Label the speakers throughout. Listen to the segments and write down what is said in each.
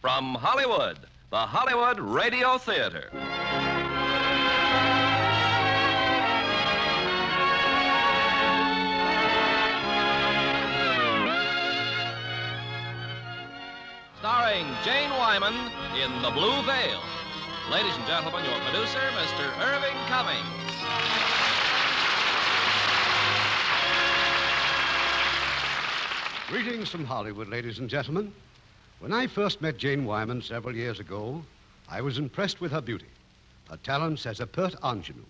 Speaker 1: From Hollywood, the Hollywood Radio Theater. Starring Jane Wyman in The Blue Veil. Ladies and gentlemen, your producer, Mr. Irving Cummings.
Speaker 2: Greetings from Hollywood, ladies and gentlemen. When I first met Jane Wyman several years ago, I was impressed with her beauty, her talents as a pert ingenue,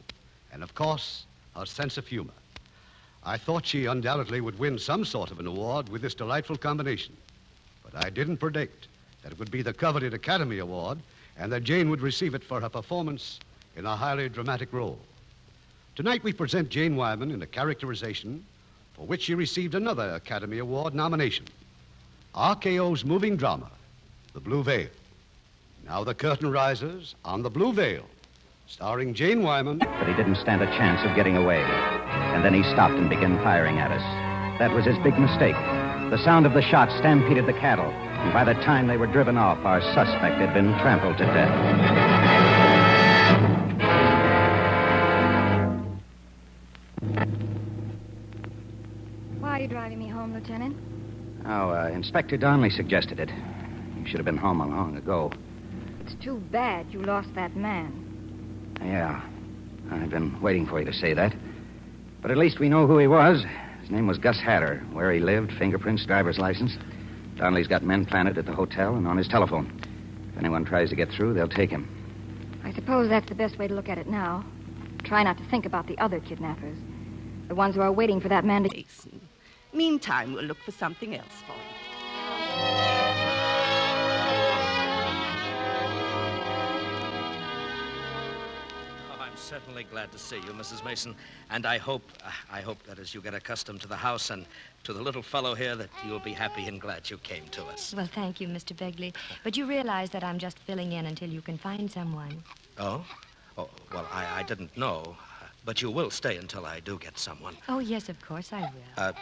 Speaker 2: and of course, her sense of humor. I thought she undoubtedly would win some sort of an award with this delightful combination, but I didn't predict that it would be the coveted Academy Award and that Jane would receive it for her performance in a highly dramatic role. Tonight we present Jane Wyman in a characterization for which she received another Academy Award nomination. RKO's moving drama, The Blue Veil. Now the curtain rises on The Blue Veil, starring Jane Wyman.
Speaker 3: But he didn't stand a chance of getting away. And then he stopped and began firing at us. That was his big mistake. The sound of the shot stampeded the cattle. And by the time they were driven off, our suspect had been trampled to death.
Speaker 4: Why are you driving me home, Lieutenant?
Speaker 3: Oh, uh, Inspector Donnelly suggested it. You should have been home long ago.
Speaker 4: It's too bad you lost that man.
Speaker 3: Yeah. I've been waiting for you to say that. But at least we know who he was. His name was Gus Hatter. Where he lived, fingerprints, driver's license. Donnelly's got men planted at the hotel and on his telephone. If anyone tries to get through, they'll take him.
Speaker 4: I suppose that's the best way to look at it now. Try not to think about the other kidnappers, the ones who are waiting for that man to.
Speaker 5: Jason. Meantime, we'll look for something else for you.
Speaker 6: Oh, I'm certainly glad to see you, Mrs. Mason. And I hope, uh, I hope that as you get accustomed to the house and to the little fellow here, that you'll be happy and glad you came to us.
Speaker 7: Well, thank you, Mr. Begley. But you realize that I'm just filling in until you can find someone.
Speaker 6: Oh? Oh, well, I, I didn't know. uh, But you will stay until I do get someone.
Speaker 7: Oh, yes, of course I will.
Speaker 6: Uh,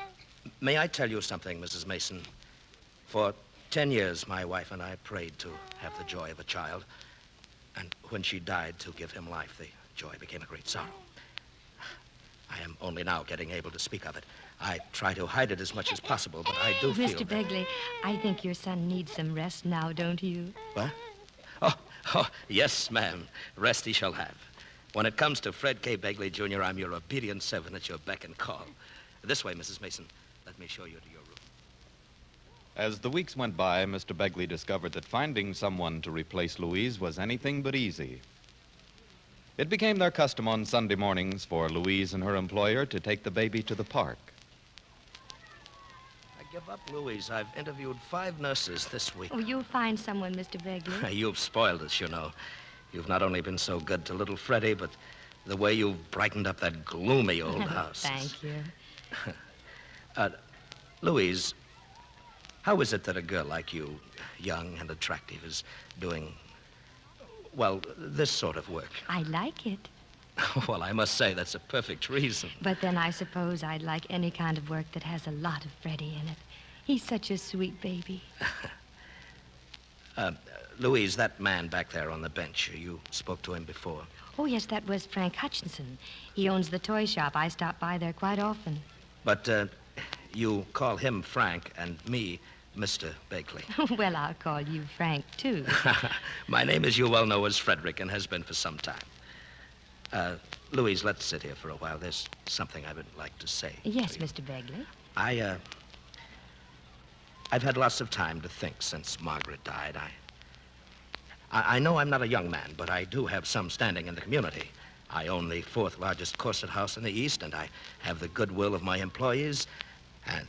Speaker 6: may I tell you something, Mrs. Mason? For ten years, my wife and I prayed to have the joy of a child. And when she died to give him life, the joy became a great sorrow. I am only now getting able to speak of it. I try to hide it as much as possible, but I do feel.
Speaker 7: Mr.
Speaker 6: that-
Speaker 7: Begley, I think your son needs some rest now, don't you?
Speaker 6: What? Oh, oh, yes, ma'am. Rest he shall have. When it comes to Fred K. Begley, Jr., I'm your obedient servant at your beck and call. This way, Mrs. Mason. Let me show you to your room.
Speaker 8: As the weeks went by, Mr. Begley discovered that finding someone to replace Louise was anything but easy. It became their custom on Sunday mornings for Louise and her employer to take the baby to the park.
Speaker 6: I give up, Louise. I've interviewed five nurses this week.
Speaker 7: Oh, you'll find someone, Mr. Begley.
Speaker 6: You've spoiled us, you know. You've not only been so good to little Freddie, but the way you've brightened up that gloomy old house.
Speaker 7: Thank you.
Speaker 6: Uh, Louise, how is it that a girl like you, young and attractive, is doing, well, this sort of work?
Speaker 7: I like it.
Speaker 6: well, I must say that's a perfect reason.
Speaker 7: But then I suppose I'd like any kind of work that has a lot of Freddie in it. He's such a sweet baby.
Speaker 6: Uh, Louise, that man back there on the bench, you spoke to him before.
Speaker 7: Oh, yes, that was Frank Hutchinson. He owns the toy shop. I stop by there quite often.
Speaker 6: But uh, you call him Frank and me Mr. Bakley.
Speaker 7: well, I'll call you Frank, too.
Speaker 6: My name, as you well know, is Frederick and has been for some time. Uh, Louise, let's sit here for a while. There's something I would like to say. to
Speaker 7: yes,
Speaker 6: you.
Speaker 7: Mr. Begley.
Speaker 6: I, uh. I've had lots of time to think since Margaret died. I. I, I know I'm not a young man, but I do have some standing in the community. I own the fourth largest corset house in the East, and I have the goodwill of my employees. And.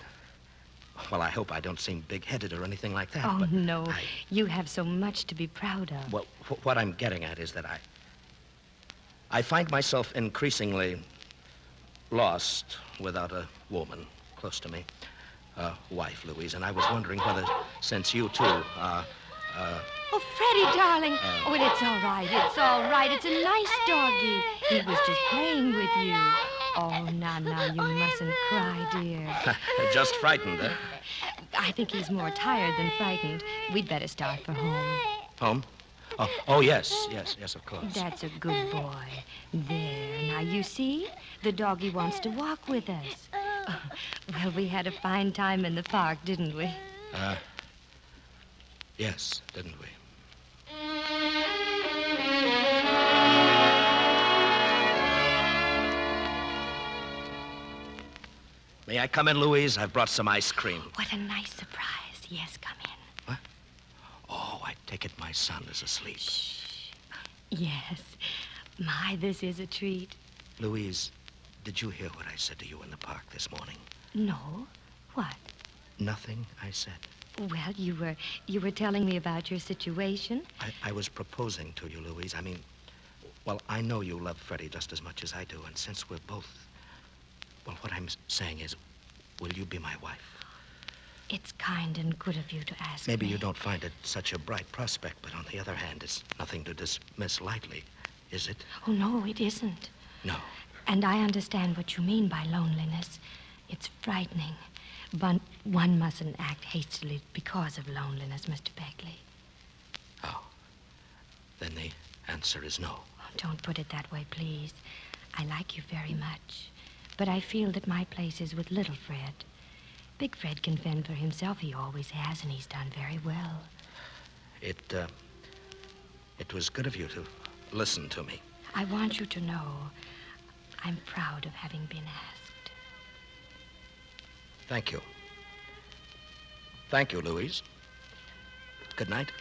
Speaker 6: Well, I hope I don't seem big headed or anything like that.
Speaker 7: Oh,
Speaker 6: but
Speaker 7: no. You have so much to be proud of.
Speaker 6: Well, wh- what I'm getting at is that I. I find myself increasingly lost without a woman close to me, a wife, Louise, and I was wondering whether, since you too are. Uh,
Speaker 7: Oh, Freddie, darling. Oh, well, it's all right. It's all right. It's a nice doggie. He was just playing with you. Oh, now, now, you mustn't cry, dear.
Speaker 6: just frightened, eh?
Speaker 7: I think he's more tired than frightened. We'd better start for home.
Speaker 6: Home? Oh, oh, yes, yes, yes, of course.
Speaker 7: That's a good boy. There, now you see? The doggie wants to walk with us. Oh, well, we had a fine time in the park, didn't we?
Speaker 6: Uh, yes, didn't we? May I come in, Louise? I've brought some ice cream.
Speaker 7: What a nice surprise. Yes, come in.
Speaker 6: Oh, I take it my son is asleep.
Speaker 7: Yes. My, this is a treat.
Speaker 6: Louise, did you hear what I said to you in the park this morning?
Speaker 7: No? What?
Speaker 6: Nothing, I said.
Speaker 7: Well, you were you were telling me about your situation.
Speaker 6: I, I was proposing to you, Louise. I mean, well, I know you love Freddie just as much as I do, and since we're both. Well, what I'm s- saying is, will you be my wife?
Speaker 7: It's kind and good of you to ask.
Speaker 6: Maybe
Speaker 7: me.
Speaker 6: you don't find it such a bright prospect, but on the other hand, it's nothing to dismiss lightly, is it?
Speaker 7: Oh no, it isn't.
Speaker 6: No.
Speaker 7: And I understand what you mean by loneliness. It's frightening. But one mustn't act hastily because of loneliness, Mr. Beckley.
Speaker 6: Then the answer is no.
Speaker 7: Oh, don't put it that way, please. I like you very much, but I feel that my place is with little Fred. Big Fred can fend for himself. He always has, and he's done very well.
Speaker 6: It, uh, it was good of you to listen to me.
Speaker 7: I want you to know I'm proud of having been asked.
Speaker 6: Thank you. Thank you, Louise. Good night.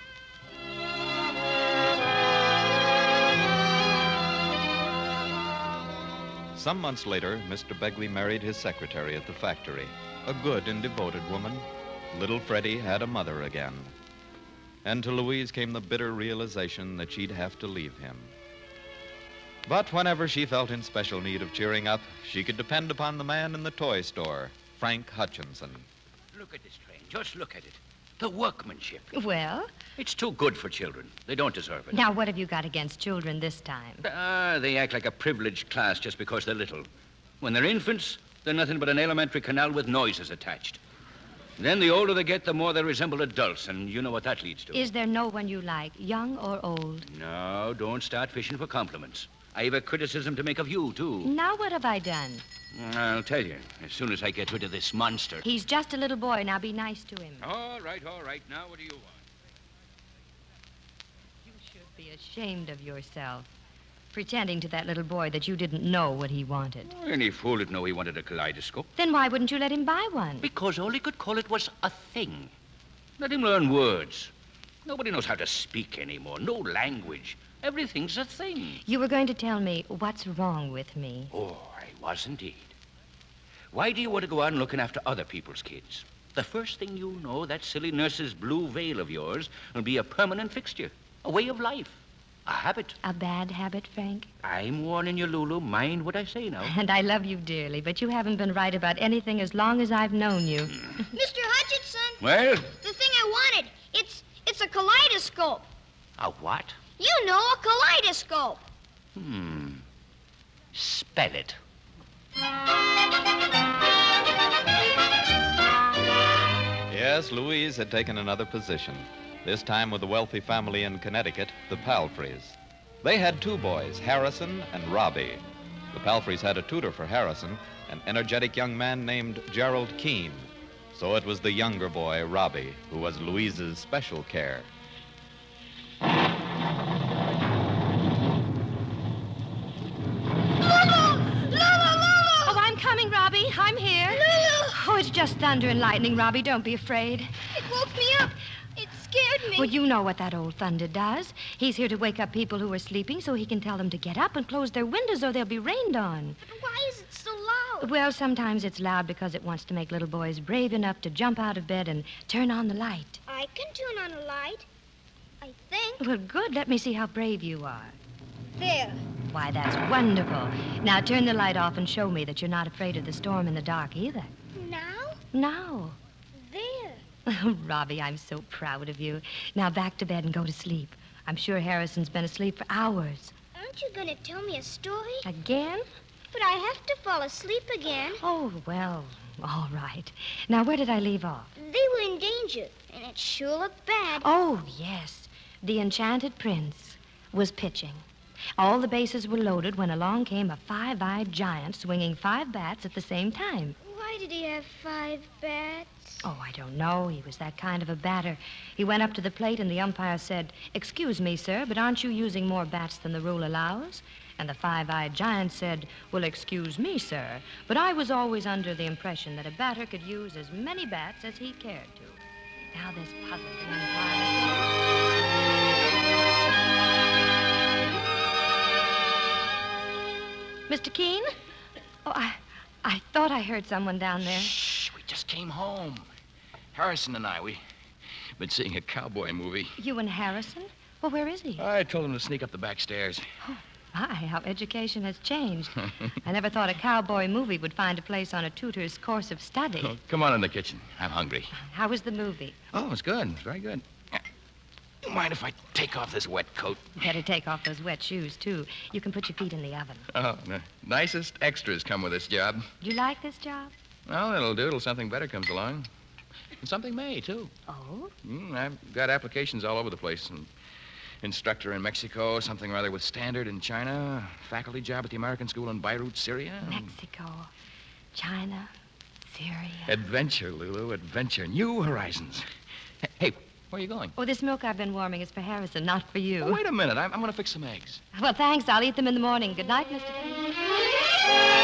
Speaker 8: Some months later, Mr. Begley married his secretary at the factory, a good and devoted woman. Little Freddie had a mother again. And to Louise came the bitter realization that she'd have to leave him. But whenever she felt in special need of cheering up, she could depend upon the man in the toy store, Frank Hutchinson.
Speaker 9: Look at this train. Just look at it. The workmanship.
Speaker 7: Well,
Speaker 9: It's too good for children. They don't deserve it.
Speaker 7: now what have you got against children this time?
Speaker 9: Ah, they act like a privileged class just because they're little. When they're infants, they're nothing but an elementary canal with noises attached. Then the older they get, the more they resemble adults, and you know what that leads to.
Speaker 7: Is there no one you like, young or old?
Speaker 9: No, don't start fishing for compliments. I've a criticism to make of you, too.
Speaker 7: Now what have I done? Mm.
Speaker 9: I'll tell you, as soon as I get rid of this monster.
Speaker 7: He's just a little boy. Now be nice to him.
Speaker 9: All right, all right. Now, what do you want?
Speaker 7: You should be ashamed of yourself, pretending to that little boy that you didn't know what he wanted.
Speaker 9: Any fool would know he wanted a kaleidoscope.
Speaker 7: Then why wouldn't you let him buy one?
Speaker 9: Because all he could call it was a thing. Let him learn words. Nobody knows how to speak anymore. No language. Everything's a thing.
Speaker 7: You were going to tell me what's wrong with me.
Speaker 9: Oh, I was indeed. Why do you want to go on looking after other people's kids? The first thing you know, that silly nurse's blue veil of yours will be a permanent fixture, a way of life, a habit.
Speaker 7: A bad habit, Frank?
Speaker 9: I'm warning you, Lulu. Mind what I say now.
Speaker 7: And I love you dearly, but you haven't been right about anything as long as I've known you.
Speaker 10: Mr. Hutchinson,
Speaker 9: Well,
Speaker 10: the thing I wanted, it's it's a kaleidoscope.
Speaker 9: a what?
Speaker 10: You know, a kaleidoscope.
Speaker 9: Hmm. Spell it.
Speaker 8: Yes, Louise had taken another position, this time with a wealthy family in Connecticut, the Palfreys. They had two boys, Harrison and Robbie. The Palfreys had a tutor for Harrison, an energetic young man named Gerald Keene. So it was the younger boy, Robbie, who was Louise's special care.
Speaker 7: Oh, I'm coming, Robbie. I'm here. Oh, it's just thunder and lightning, Robbie. Don't be afraid.
Speaker 10: It woke me up. It scared me.
Speaker 7: Well, you know what that old thunder does. He's here to wake up people who are sleeping so he can tell them to get up and close their windows or they'll be rained on.
Speaker 10: Why is it so loud?
Speaker 7: Well, sometimes it's loud because it wants to make little boys brave enough to jump out of bed and turn on the light.
Speaker 11: I can turn on a light. I think.
Speaker 7: Well, good. Let me see how brave you are.
Speaker 11: There.
Speaker 7: Why, that's wonderful. Now turn the light off and show me that you're not afraid of the storm in the dark either.
Speaker 11: Now?
Speaker 7: No.
Speaker 11: There.
Speaker 7: Oh, Robbie, I'm so proud of you. Now back to bed and go to sleep. I'm sure Harrison's been asleep for hours.
Speaker 11: Aren't you going to tell me a story?
Speaker 7: Again?
Speaker 11: But I have to fall asleep again.
Speaker 7: Oh, well, all right. Now, where did I leave off?
Speaker 11: They were in danger, and it sure looked bad.
Speaker 7: Oh, yes. The enchanted prince was pitching. All the bases were loaded when along came a five eyed giant swinging five bats at the same time.
Speaker 11: Why did he have five bats?
Speaker 7: Oh, I don't know. He was that kind of a batter. He went up to the plate, and the umpire said, Excuse me, sir, but aren't you using more bats than the rule allows? And the five eyed giant said, Well, excuse me, sir, but I was always under the impression that a batter could use as many bats as he cared to. Now this puzzle can Mr. Keene? Oh, I, I thought I heard someone down there.
Speaker 12: We just came home. Harrison and I, we been seeing a cowboy movie.
Speaker 7: You and Harrison? Well, where is he?
Speaker 12: I told him to sneak up the back stairs.
Speaker 7: My, how education has changed. I never thought a cowboy movie would find a place on a tutor's course of study.
Speaker 12: Oh, come on in the kitchen. I'm hungry.
Speaker 7: How was the movie?
Speaker 12: Oh, it's good. It's very good. Mind if I take off this wet coat?
Speaker 7: Better take off those wet shoes, too. You can put your feet in the oven.
Speaker 12: Oh, the nicest extras come with this job.
Speaker 7: You like this job?
Speaker 12: Well, it'll do till something better comes along. And something may, too.
Speaker 7: Oh?
Speaker 12: Mm, I've got applications all over the place. An instructor in Mexico, something rather with Standard in China, faculty job at the American School in Beirut, Syria. and
Speaker 7: Oh, Mexico, China, Syria.
Speaker 12: Adventure, Lulu, adventure. New horizons. Hey, hey, where are you going? Oh,
Speaker 7: Oh, this milk I've been warming is for Harrison, not for you.
Speaker 12: Wait a minute. I'm, I'm going to fix some eggs.
Speaker 7: Well, thanks. I'll eat them in the morning. Good night, Mr. Keene.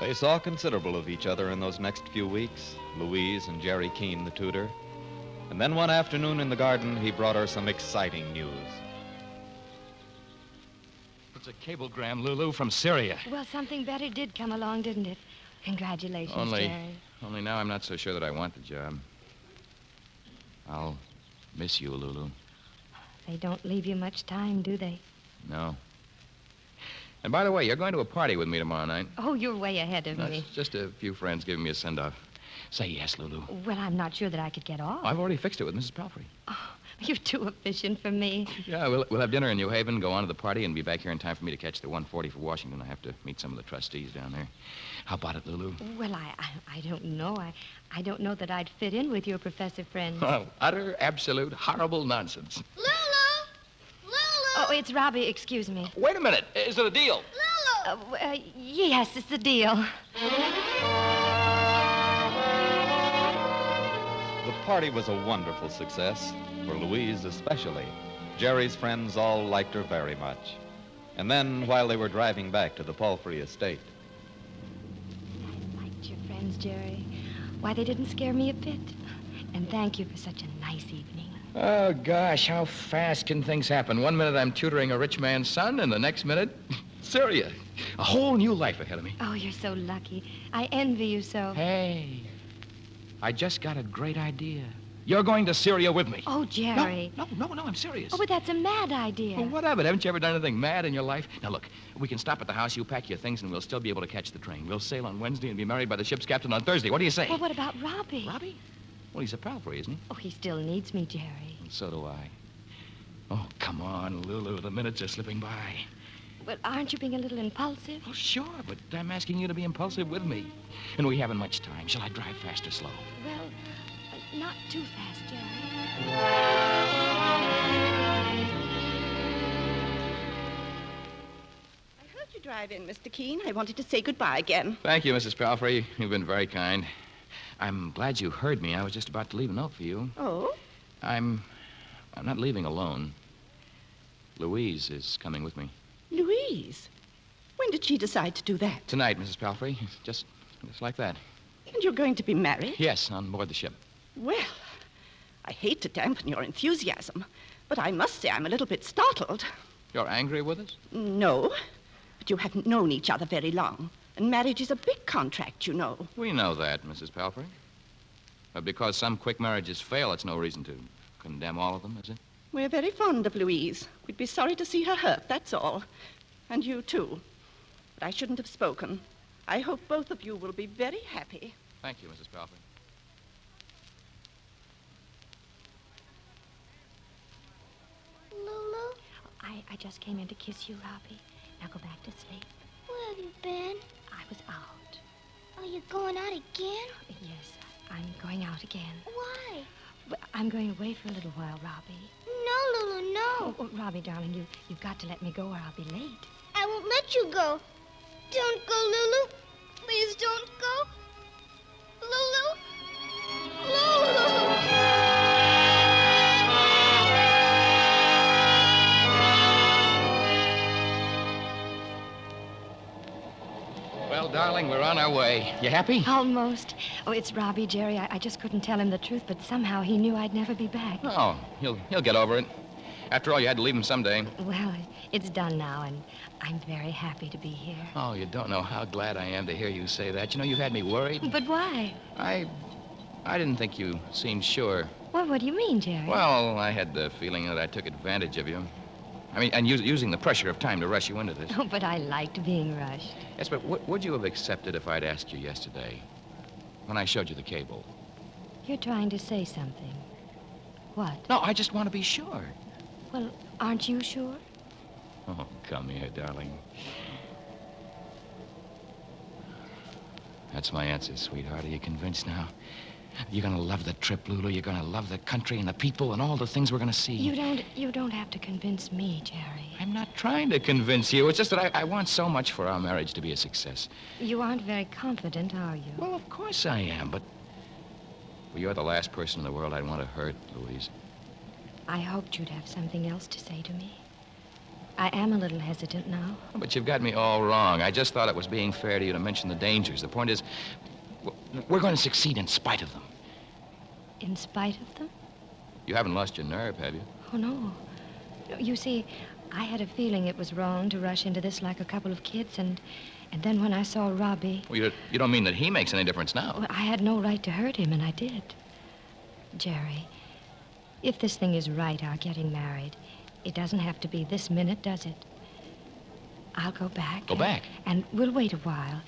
Speaker 8: They saw considerable of each other in those next few weeks, Louise and Jerry Keene, the tutor. And then one afternoon in the garden, he brought her some exciting news.
Speaker 12: It's a cablegram, Lulu, from Syria.
Speaker 7: Well, something better did come along, didn't it? Congratulations,
Speaker 12: Only,
Speaker 7: Jerry.
Speaker 12: only now I'm not so sure that I want the job. I'll miss you, Lulu.
Speaker 7: They don't leave you much time, do they?
Speaker 12: No. And by the way, you're going to a party with me tomorrow night.
Speaker 7: Oh, you're way ahead of
Speaker 12: That's
Speaker 7: me.
Speaker 12: just a few friends giving me a send off. Say yes, Lulu.
Speaker 7: Well, I'm not sure that I could get off.
Speaker 12: Oh, I've already fixed it with Mrs. Palfrey.
Speaker 7: You're too efficient for me.
Speaker 12: Yeah, Uh, we'll, we'll have dinner in New Haven, go on to the party, and be back here in time for me to catch the 140 for Washington. I have to meet some of the trustees down there. How about it, Lulu?
Speaker 7: Well, I, I, I don't know. I, I don't know that I'd fit in with your professor friends.
Speaker 12: Oh, utter, absolute, horrible nonsense.
Speaker 7: Oh, it's Robbie. Excuse me.
Speaker 12: Wait a minute. Is it a deal?
Speaker 7: Uh,
Speaker 10: Oh.
Speaker 7: w- uh, yes, it's the deal.
Speaker 8: The party was a wonderful success, for Louise especially. Jerry's friends all liked her very much. And then, while they were driving back to the Palfrey estate,
Speaker 7: Liked your friends, Jerry. Why, they didn't scare me a bit. And thank you for such a nice evening.
Speaker 12: Oh, gosh, how fast can things happen? One minute I'm tutoring a rich man's son, and the next minute, Syria. A whole new life ahead of me.
Speaker 7: Oh, you're so lucky. I envy you so.
Speaker 12: Hey. I just got a great idea. You're going to Syria with me.
Speaker 7: Oh, Jerry.
Speaker 12: No, no, no, no I'm serious.
Speaker 7: Oh, but that's a mad idea.
Speaker 12: Well, what of it? Haven't you ever done anything mad in your life? Now, look, we can stop at the house, you pack your things, and we'll still be able to catch the train. We'll sail on Wednesday and be married by the ship's captain on Thursday. What do you say?
Speaker 7: Well, what about Robbie?
Speaker 12: Robbie? Well, he's a Palfrey, isn't he?
Speaker 7: Oh, he still needs me, Jerry.
Speaker 12: And so do I. Oh, come on, Lulu. The minutes are slipping by.
Speaker 7: Well, aren't you being a little impulsive?
Speaker 12: Oh, sure, but I'm asking you to be impulsive with me. And we haven't much time. Shall I drive fast or slow?
Speaker 7: Well, uh, not too fast, Jerry.
Speaker 5: I heard you drive in, Mr. Keene. I wanted to say goodbye again.
Speaker 12: Thank you, Mrs. Palfrey. You've been very kind. I'm glad you heard me. I was just about to leave a note for you.
Speaker 5: Oh?
Speaker 12: I'm. I'm not leaving alone. Louise is coming with me.
Speaker 5: Louise. When did she decide to do that?
Speaker 12: Tonight, Mrs. Palfrey. Just, just like that.
Speaker 5: And you're going to be married?
Speaker 12: Yes, on board the ship.
Speaker 5: Well, I hate to dampen your enthusiasm, but I must say I'm a little bit startled.
Speaker 12: You're angry with us?
Speaker 5: No, You haven't known each other very long, and marriage is a big contract, you know.
Speaker 12: We know that, Mrs. Palfrey. But because some quick marriages fail, it's no reason to condemn all of them, is it?
Speaker 5: We're very fond of Louise. We'd be sorry to see her hurt, that's all. And you, too. But I shouldn't have spoken. I hope both of you will be very happy.
Speaker 12: Thank you, Mrs. Palfrey.
Speaker 10: Lulu,
Speaker 7: I, I just came in to kiss you, Robbie. Now go back to sleep.
Speaker 10: where have you been?
Speaker 7: I was out.
Speaker 10: Are you going out again?
Speaker 7: Yes, I'm going out again.
Speaker 10: Why?
Speaker 7: But I'm going away for a little while, Robbie.
Speaker 10: No, Lulu, no.
Speaker 7: Oh, oh, Robbie, darling, you, you've got to let me go or I'll be late.
Speaker 10: I won't let you go. Don't go, Lulu. Please don't go. Lulu.
Speaker 12: Well, darling, we're on our way. You happy?
Speaker 7: Almost. Oh, it's Robbie, Jerry. I, I just couldn't tell him the truth, but somehow he knew I'd never be back.
Speaker 12: Oh, he'll, he'll get over it. After all, you had to leave him someday.
Speaker 7: Well, it's done now, and I'm very happy to be here.
Speaker 12: Oh, you don't know how glad I am to hear you say that. You know, you've had me worried.
Speaker 7: But why?
Speaker 12: I. I didn't think you seemed sure.
Speaker 7: Well, what do you mean, Jerry?
Speaker 12: Well, I had the feeling that I took advantage of you. I mean, and us- using the pressure of time to rush you into this.
Speaker 7: Oh, but I liked being rushed.
Speaker 12: Yes, but w- would you have accepted if I'd asked you yesterday when I showed you the cable?
Speaker 7: You're trying to say something. What?
Speaker 12: No, I just want to be sure.
Speaker 7: Well, aren't you sure?
Speaker 12: Oh, come here, darling. That's my answer, sweetheart. Are you convinced now? You're going to love the trip, Lulu. You're going to love the country and the people and all the things we're going to see.
Speaker 7: You don't you don't have to convince me, Jerry.
Speaker 12: I'm not trying to convince you. It's just that I, I want so much for our marriage to be a success.
Speaker 7: You aren't very confident, are you?
Speaker 12: Well, of course I am, but. Well, you're the last person in the world I'd want to hurt, Louise.
Speaker 7: I hoped you'd have something else to say to me. I am a little hesitant now.
Speaker 12: But you've got me all wrong. I just thought it was being fair to you to mention the dangers. The point is, w- we're going to succeed in spite of them.
Speaker 7: In spite of them?
Speaker 12: You haven't lost your nerve, have you?
Speaker 7: Oh, no. You see, I had a feeling it was wrong to rush into this like a couple of kids, and, and then when I saw Robbie,
Speaker 12: Well, you, you don't mean that he makes any difference now.
Speaker 7: well, Oh, I had no right to hurt him, and I did. Jerry, if this thing is right, our getting married, it doesn't have to be this minute, does it? I'll go back.
Speaker 12: Go
Speaker 7: and-
Speaker 12: back?
Speaker 7: And we'll wait a while.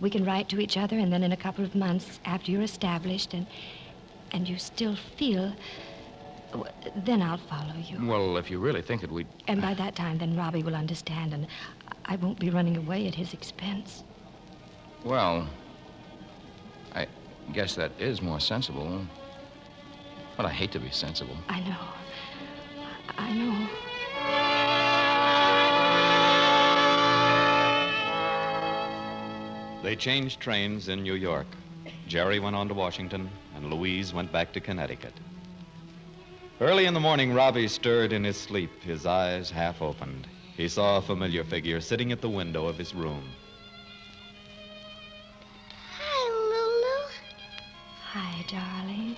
Speaker 7: We can write to each other, and then in a couple of months, after you're established and and you still feel, w- then I'll follow you.
Speaker 12: Well, if you really think that we.
Speaker 7: And by that time, then Robbie will understand, and I won't be running away at his expense.
Speaker 12: Well, I guess that is more sensible. But I hate to be sensible.
Speaker 7: I know. I know.
Speaker 8: They changed trains in New York. Jerry went on to Washington, and Louise went back to Connecticut. Early in the morning, Robbie stirred in his sleep, his eyes half opened. He saw a familiar figure sitting at the window of his room.
Speaker 10: Hi, Lulu.
Speaker 7: Hi, darling.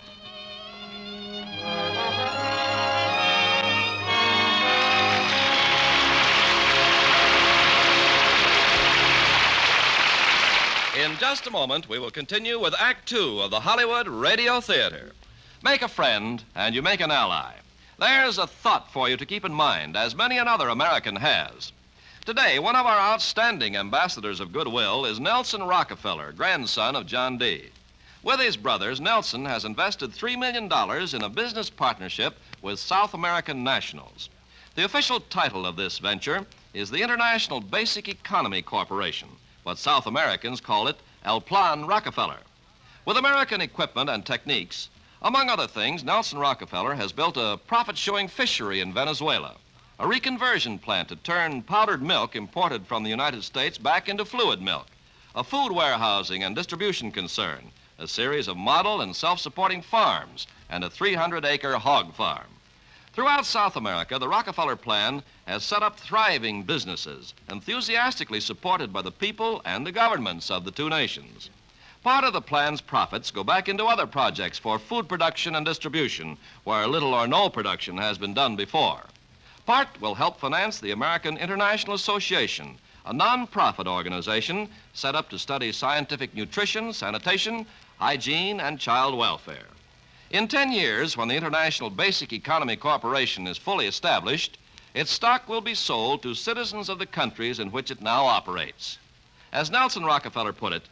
Speaker 1: In just a moment, we will continue with Act Two of the Hollywood Radio Theater. Make a friend, and you make an ally. There's a thought for you to keep in mind, as many another American has. Today, one of our outstanding ambassadors of goodwill is Nelson Rockefeller, grandson of John D. With his brothers, Nelson has invested $3 million in a business partnership with South American nationals. The official title of this venture is the International Basic Economy Corporation but South Americans call it El Plan Rockefeller. With American equipment and techniques, among other things, Nelson Rockefeller has built a profit showing fishery in Venezuela, a reconversion plant to turn powdered milk imported from the United States back into fluid milk, a food warehousing and distribution concern, a series of model and self supporting farms, and a 300 acre hog farm. Throughout South America, the Rockefeller plan has set up thriving businesses, enthusiastically supported by the people and the governments of the two nations. Part of the plan's profits go back into other projects for food production and distribution, where little or no production has been done before. Part will help finance the American International Association, a non-profit organization set up to study scientific nutrition, sanitation, hygiene, and child welfare. In 10 years, when the International Basic Economy Corporation is fully established, its stock will be sold to citizens of the countries in which it now operates. As Nelson Rockefeller put it,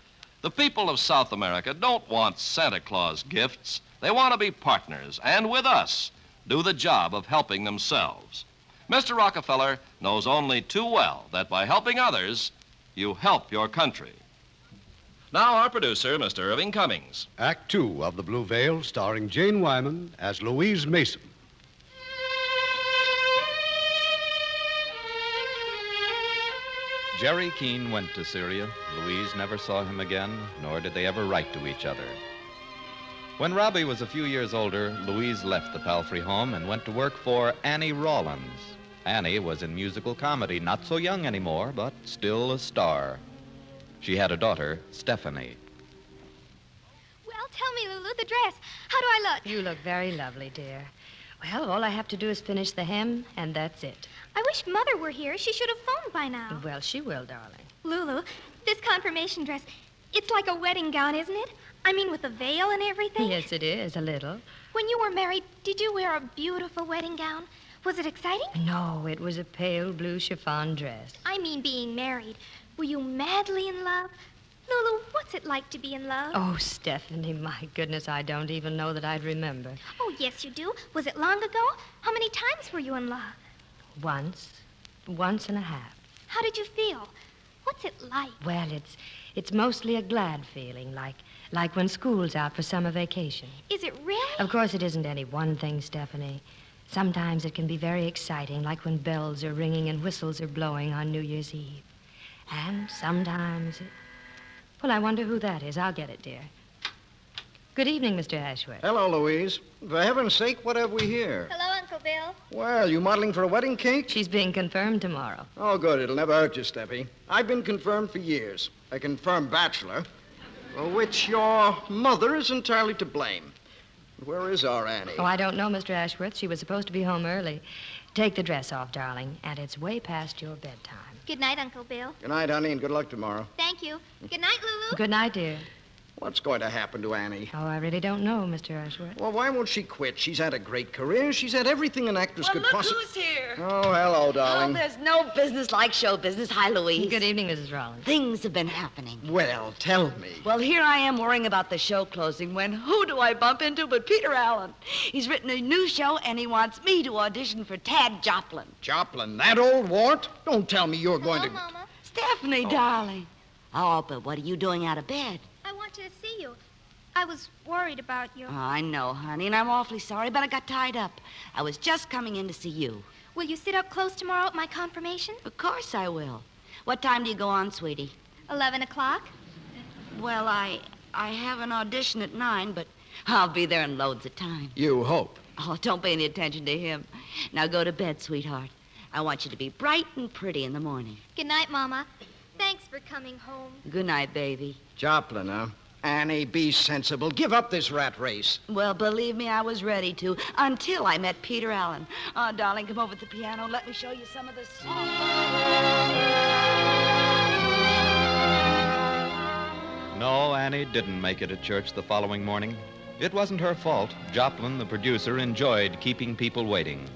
Speaker 1: the people of South America don't want Santa Claus gifts. They want to be partners, and with us, do the job of helping themselves. Mr. Rockefeller knows only too well that by helping others, you help your country. Now, our producer, Mr. Irving Cummings.
Speaker 2: Act two of The Blue Veil, starring Jane Wyman as Louise Mason.
Speaker 8: Jerry Keene went to Syria. Louise never saw him again, nor did they ever write to each other. When Robbie was a few years older, Louise left the Palfrey home and went to work for Annie Rollins. Annie was in musical comedy, not so young anymore, but still a star. She had a daughter, Stephanie.
Speaker 10: Well, tell me, Lulu, the dress. How do I look?
Speaker 7: You look very lovely, dear. Well, all I have to do is finish the hem, and that's it.
Speaker 10: I wish Mother were here. She should have phoned by now.
Speaker 7: Well, she will, darling.
Speaker 10: Lulu, this confirmation dress, it's like a wedding gown, isn't it? I mean, with a veil and everything.
Speaker 7: Yes, it is, a little.
Speaker 10: When you were married, did you wear a beautiful wedding gown? Was it exciting?
Speaker 7: No, it was a pale blue chiffon dress.
Speaker 10: I mean, being married. Were you madly in love? Lulu, what's it like to be in love?
Speaker 7: Oh, Stephanie, my goodness, I don't even know that I'd remember.
Speaker 10: Oh, yes, you do. Was it long ago? How many times were you in love?
Speaker 7: Once, once and a half.
Speaker 10: How did you feel? What's it like?
Speaker 7: Well, it's it's mostly a glad feeling, like like when school's out for summer vacation.
Speaker 10: Is it really?
Speaker 7: Of course, it isn't any one thing, Stephanie. Sometimes it can be very exciting, like when bells are ringing and whistles are blowing on New Year's Eve. And sometimes. It... Well, I wonder who that is. I'll get it, dear. Good evening, Mr. Ashworth.
Speaker 13: Hello, Louise. For heaven's sake, what have we here?
Speaker 10: Hello, Uncle Bill.
Speaker 13: Well, you modeling for a wedding cake?
Speaker 7: She's being confirmed tomorrow.
Speaker 13: Oh, good. It'll never hurt you, Steppy. I've been confirmed for years. A confirmed bachelor, for which your mother is entirely to blame. Where is our Annie?
Speaker 7: Oh, I don't know, Mr. Ashworth. She was supposed to be home early. Take the dress off, darling, and it's way past your bedtime.
Speaker 10: Good night, Uncle Bill.
Speaker 13: Good night, honey, and good luck tomorrow.
Speaker 10: Thank you. Good night, Lulu.
Speaker 7: Good night, dear.
Speaker 13: What's going to happen to Annie?
Speaker 7: Oh, I really don't know, Mr. Ashworth.
Speaker 13: Well, why won't she quit? She's had a great career. She's had everything an actress
Speaker 14: Well,
Speaker 13: could
Speaker 14: look
Speaker 13: possibly.
Speaker 14: who's here.
Speaker 13: Oh, hello, darling.
Speaker 14: Oh, there's no business like show business. Hi, Louise.
Speaker 7: Good evening, Mrs. Rollins.
Speaker 14: Things have been happening.
Speaker 13: Well, tell me.
Speaker 14: Well, here I am worrying about the show closing when who do I bump into but Peter Allen? He's written a new show and he wants me to audition for Tad Joplin.
Speaker 13: Joplin, that old wart? Don't tell me you're going to.
Speaker 14: Stephanie,
Speaker 13: Oh.
Speaker 14: darling. Oh, but what are you doing out of bed?
Speaker 10: I wanted to see you. I was worried about you.
Speaker 14: Oh, I know, honey, and I'm awfully sorry, but I got tied up. I was just coming in to see you.
Speaker 10: Will you sit up close tomorrow at my confirmation?
Speaker 14: Of course I will. What time do you go on, sweetie?
Speaker 10: Eleven o'clock.
Speaker 14: Well, I I have an audition at nine, but I'll be there in loads of time.
Speaker 13: You hope.
Speaker 14: Oh, don't pay any attention to him. Now go to bed, sweetheart. I want you to be bright and pretty in the morning.
Speaker 10: Good night, Mama. Thanks for coming home.
Speaker 14: Good night, baby.
Speaker 13: Joplin, huh? Annie, be sensible. Give up this rat race.
Speaker 14: Well, believe me, I was ready to until I met Peter Allen. Oh, darling, come over to the piano. Let me show you some of the
Speaker 8: No, Annie didn't make it to church the following morning. It wasn't her fault. Joplin, the producer, enjoyed keeping people waiting.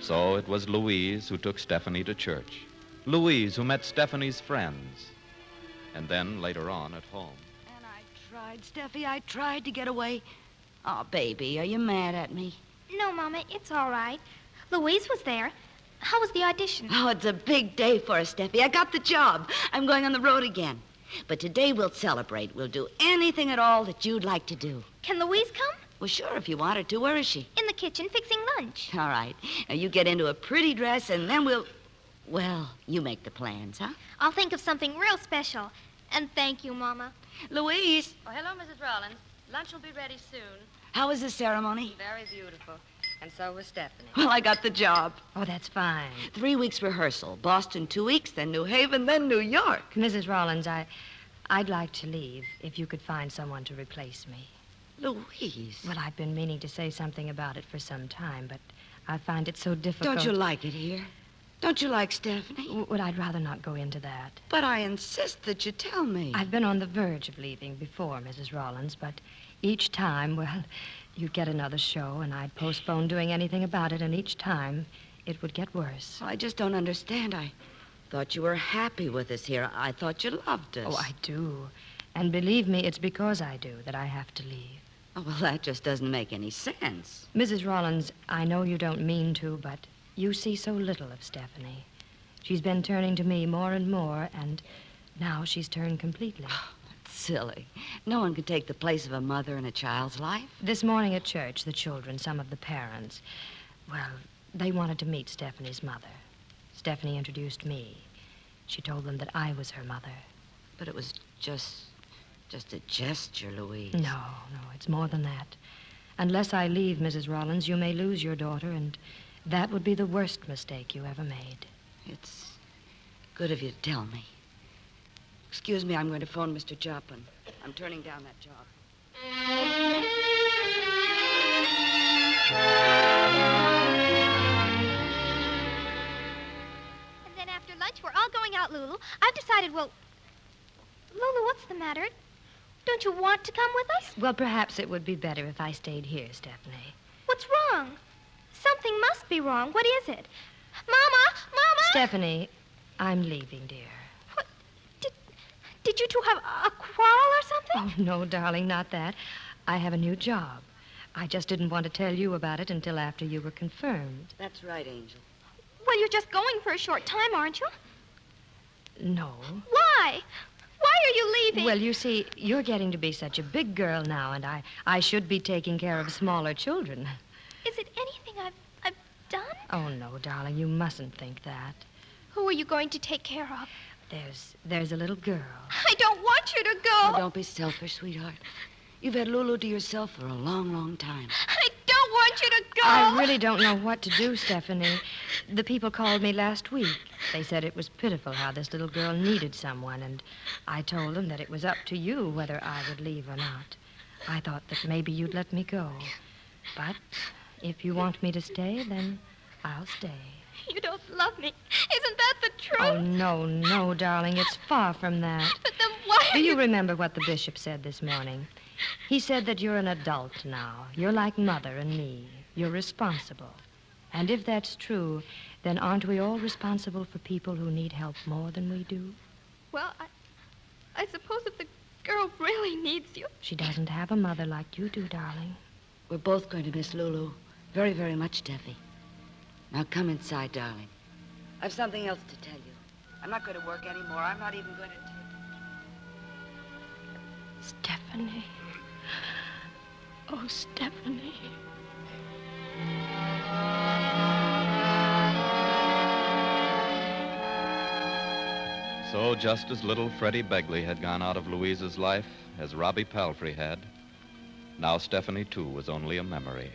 Speaker 8: So it was Louise who took Stephanie to church. Louise who met Stephanie's friends. And then later on at home.
Speaker 14: Tried, Steffi. I tried to get away. Oh, baby, are you mad at me?
Speaker 10: No, Mama, it's all right. Louise was there. How was the audition?
Speaker 14: Oh, it's a big day for us, Steffi. I got the job. I'm going on the road again. But today we'll celebrate. We'll do anything at all that you'd like to do.
Speaker 10: Can Louise come?
Speaker 14: Well, sure, if you want her to. Where is she?
Speaker 10: In the kitchen fixing lunch.
Speaker 14: All right. Now you get into a pretty dress, and then we'll. Well, you make the plans, huh?
Speaker 10: I'll think of something real special. And thank you, Mama.
Speaker 14: Louise,
Speaker 15: Oh, hello, Mrs. Rollins. Lunch will be ready soon.
Speaker 14: how was the ceremony?
Speaker 15: Very beautiful. And so was Stephanie.
Speaker 14: Well, I got the job.
Speaker 7: Oh, that's fine.
Speaker 14: Three weeks rehearsal. Boston, two weeks, then New Haven, then New York.
Speaker 7: Mrs. Rollins, I, I'd like to leave if you could find someone to replace me.
Speaker 14: Louise.
Speaker 7: Well, I've been meaning to say something about it for some time, but I find it so difficult.
Speaker 14: Don't you like it here? Don't you like Stephanie?
Speaker 7: Well, I'd rather not go into that.
Speaker 14: But I insist that you tell me.
Speaker 7: I've been on the verge of leaving before, Mrs. Rollins, but each time, well, you'd get another show, and I'd postpone doing anything about it, and each time it would get worse.
Speaker 14: I just don't understand. I thought you were happy with us here. I thought you loved us.
Speaker 7: Oh, I do. And believe me, it's because I do that I have to leave.
Speaker 14: Oh, well, that just doesn't make any sense.
Speaker 7: Mrs. Rollins, I know you don't mean to, but you see so little of Stephanie. She's been turning to me more and more, and now she's turned completely.
Speaker 14: Silly. No one could take the place of a mother in a child's life.
Speaker 7: This morning at church, the children, some of the parents, well, they wanted to meet Stephanie's mother. Stephanie introduced me. She told them that I was her mother.
Speaker 14: But it was just just a gesture, Louise.
Speaker 7: No, no, it's more than that. Unless I leave, Mrs. Rollins, you may lose your daughter, and that would be the worst mistake you ever made.
Speaker 14: It's good of you to tell me. Excuse me, I'm going to phone Mr. Joplin. I'm turning down that job.
Speaker 10: And then after lunch, we're all going out, Lulu. I've decided, well. Lulu, what's the matter? Don't you want to come with us?
Speaker 7: Well, perhaps it would be better if I stayed here, Stephanie.
Speaker 10: What's wrong? Something must be wrong. What is it? Mama! Mama!
Speaker 7: Stephanie, I'm leaving, dear.
Speaker 10: Did you two have a quarrel or something?
Speaker 7: Oh, no, darling, not that. I have a new job. I just didn't want to tell you about it until after you were confirmed.
Speaker 14: That's right, Angel.
Speaker 10: Well, you're just going for a short time, aren't you?
Speaker 7: No.
Speaker 10: Why? Why are you leaving?
Speaker 7: Well, you see, you're getting to be such a big girl now, and I, I should be taking care of smaller children.
Speaker 10: Is it anything I've, I've done?
Speaker 7: Oh, no, darling, you mustn't think that.
Speaker 10: Who are you going to take care of?
Speaker 7: There's there's a little girl.
Speaker 10: I don't want you to go.
Speaker 14: Oh, don't be selfish, sweetheart. You've had Lulu to yourself for a long, long time.
Speaker 10: I don't want you to go.
Speaker 7: I really don't know what to do, Stephanie. The people called me last week. They said it was pitiful how this little girl needed someone, and I told them that it was up to you whether I would leave or not. I thought that maybe you'd let me go. But if you want me to stay, then I'll stay.
Speaker 10: You don't love me. Isn't that the truth?
Speaker 7: Oh, no, no, darling. It's far from that.
Speaker 10: But then why?
Speaker 7: Do you remember what the bishop said this morning? He said that you're an adult now. You're like mother and me. You're responsible. And if that's true, then aren't we all responsible for people who need help more than we do?
Speaker 10: Well, I, I suppose if the girl really needs you.
Speaker 7: She doesn't have a mother like you do, darling.
Speaker 14: We're both going to miss Lulu very, very much, Steffi. Now come inside, darling. I've something else to tell you. I'm not going to work anymore. I'm not even going to take.
Speaker 7: Stephanie. Oh, Stephanie.
Speaker 8: So, just as little Freddie Begley had gone out of Louise's life as Robbie Palfrey had, now Stephanie, too, was only a memory.